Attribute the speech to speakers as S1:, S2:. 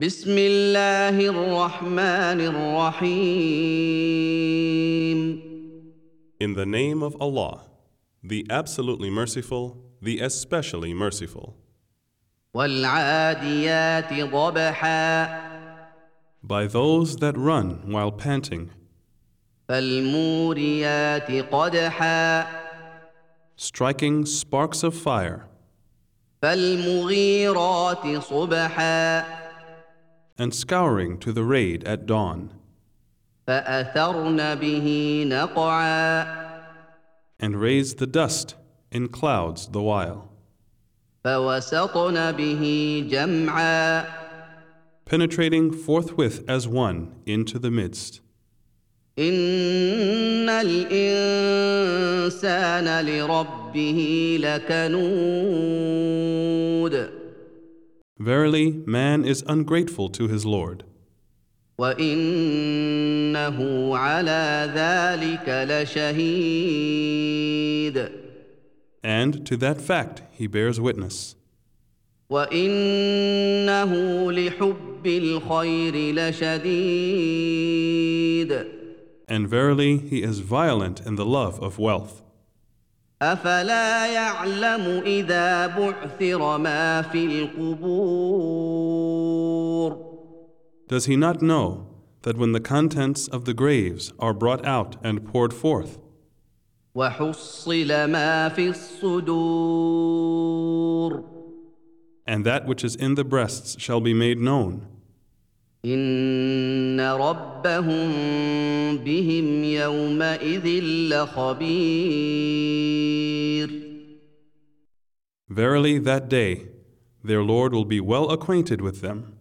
S1: بسم الله الرحمن الرحيم
S2: In the name of Allah, the absolutely merciful, the especially merciful.
S1: والعاديات ضبحا
S2: By those that run while panting,
S1: فالموريات قدحا
S2: striking sparks of fire,
S1: فالمغيرات صبحا
S2: and scouring to the raid at dawn,
S1: فأثرن به نقعا
S2: and raise the dust in clouds the while,
S1: فوسطن به جمعا
S2: penetrating forthwith as one into the midst.
S1: إن الإنسان لربه لكنود
S2: Verily, man is ungrateful to his Lord,
S1: وإنه على ذلك لشهيد
S2: and to that fact he bears witness.
S1: وإنه لحب الخير لشديد
S2: And verily, he is violent in the love of wealth.
S1: أفلا يعلم إذا بعثر ما في القبور
S2: Does he not know that when the contents of the graves are brought out and poured forth,
S1: وحصل ما في الصدور
S2: and that which is in the breasts shall be made known,
S1: إن ربهم بهم يومئذ لخبير
S2: verily that day their Lord will be well acquainted with them?